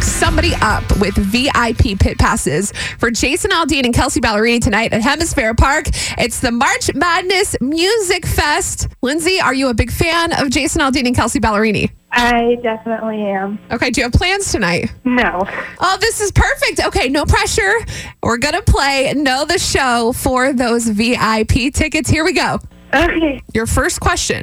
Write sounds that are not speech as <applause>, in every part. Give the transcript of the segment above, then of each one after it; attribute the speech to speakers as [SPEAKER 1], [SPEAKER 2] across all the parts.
[SPEAKER 1] somebody up with VIP pit passes for Jason Aldean and Kelsey Ballerini tonight at Hemisphere Park. It's the March Madness Music Fest. Lindsay, are you a big fan of Jason Aldean and Kelsey Ballerini?
[SPEAKER 2] I definitely am.
[SPEAKER 1] Okay, do you have plans tonight?
[SPEAKER 2] No. <laughs>
[SPEAKER 1] Oh, this is perfect. Okay, no pressure. We're going to play Know the Show for those VIP tickets. Here we go.
[SPEAKER 2] Okay.
[SPEAKER 1] Your first question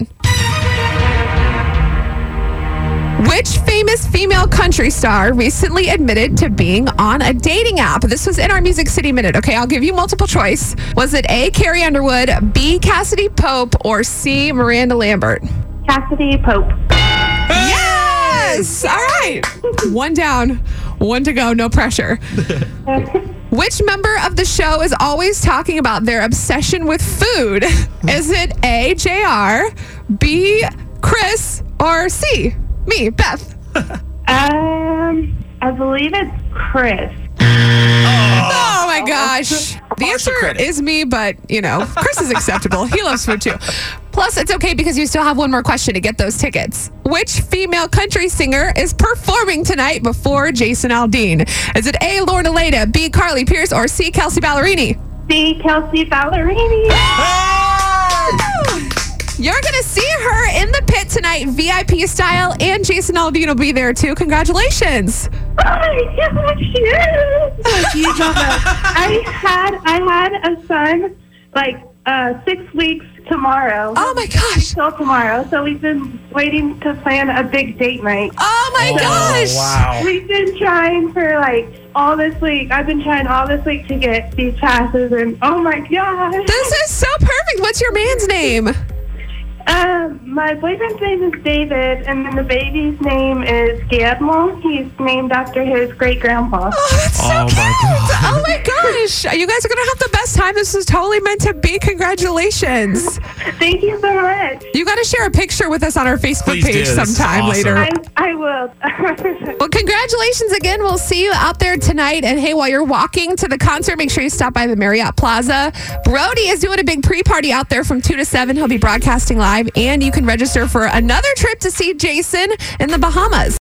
[SPEAKER 1] Which famous female country star recently admitted to being on a dating app? This was in our Music City Minute. Okay, I'll give you multiple choice. Was it A, Carrie Underwood, B, Cassidy Pope, or C, Miranda Lambert?
[SPEAKER 2] Cassidy Pope.
[SPEAKER 1] Yes! All right. One down, one to go, no pressure. Which member of the show is always talking about their obsession with food? Is it A, JR, B, Chris, or C, me, Beth?
[SPEAKER 2] um, I believe it's Chris.
[SPEAKER 1] Oh my gosh. The answer
[SPEAKER 3] credit.
[SPEAKER 1] is me, but you know, Chris is acceptable. he loves food too. Plus, it's okay because you still have one more question to get those tickets. Which female country singer is performing tonight before Jason Aldean? Is it A. Lorna Leda, B. Carly Pierce, or C. Kelsey Ballerini?
[SPEAKER 2] See Kelsey Ballerini. <laughs>
[SPEAKER 1] You're going to see her in the pit tonight, VIP style, and Jason Aldean will be there too. Congratulations.
[SPEAKER 2] Oh my gosh, yes! <laughs> I had I had a son like uh, six weeks tomorrow.
[SPEAKER 1] Oh my gosh.
[SPEAKER 2] Till tomorrow, so we've been waiting to plan a big date night.
[SPEAKER 1] Oh my gosh.
[SPEAKER 3] wow.
[SPEAKER 2] We've been trying for like all this week. I've been trying all this week to get these passes, and oh my gosh!
[SPEAKER 1] This is so perfect. What's your man's name?
[SPEAKER 2] Um, my boyfriend's name is David, and then the baby's name is Guillermo. He's named after his great grandpa.
[SPEAKER 1] Oh, that's so
[SPEAKER 3] Oh, my
[SPEAKER 1] cute.
[SPEAKER 3] God.
[SPEAKER 1] Oh my gosh. You guys are going to have the best time. This is totally meant to be. Congratulations.
[SPEAKER 2] Thank you so much.
[SPEAKER 1] You got to share a picture with us on our Facebook
[SPEAKER 3] Please do.
[SPEAKER 1] page
[SPEAKER 3] This is
[SPEAKER 1] sometime
[SPEAKER 3] awesome.
[SPEAKER 1] later.
[SPEAKER 2] I I will. <laughs>
[SPEAKER 1] Well, congratulations again. We'll see you out there tonight. And hey, while you're walking to the concert, make sure you stop by the Marriott Plaza. Brody is doing a big pre party out there from 2 to 7. He'll be broadcasting live, and you can register for another trip to see Jason in the Bahamas.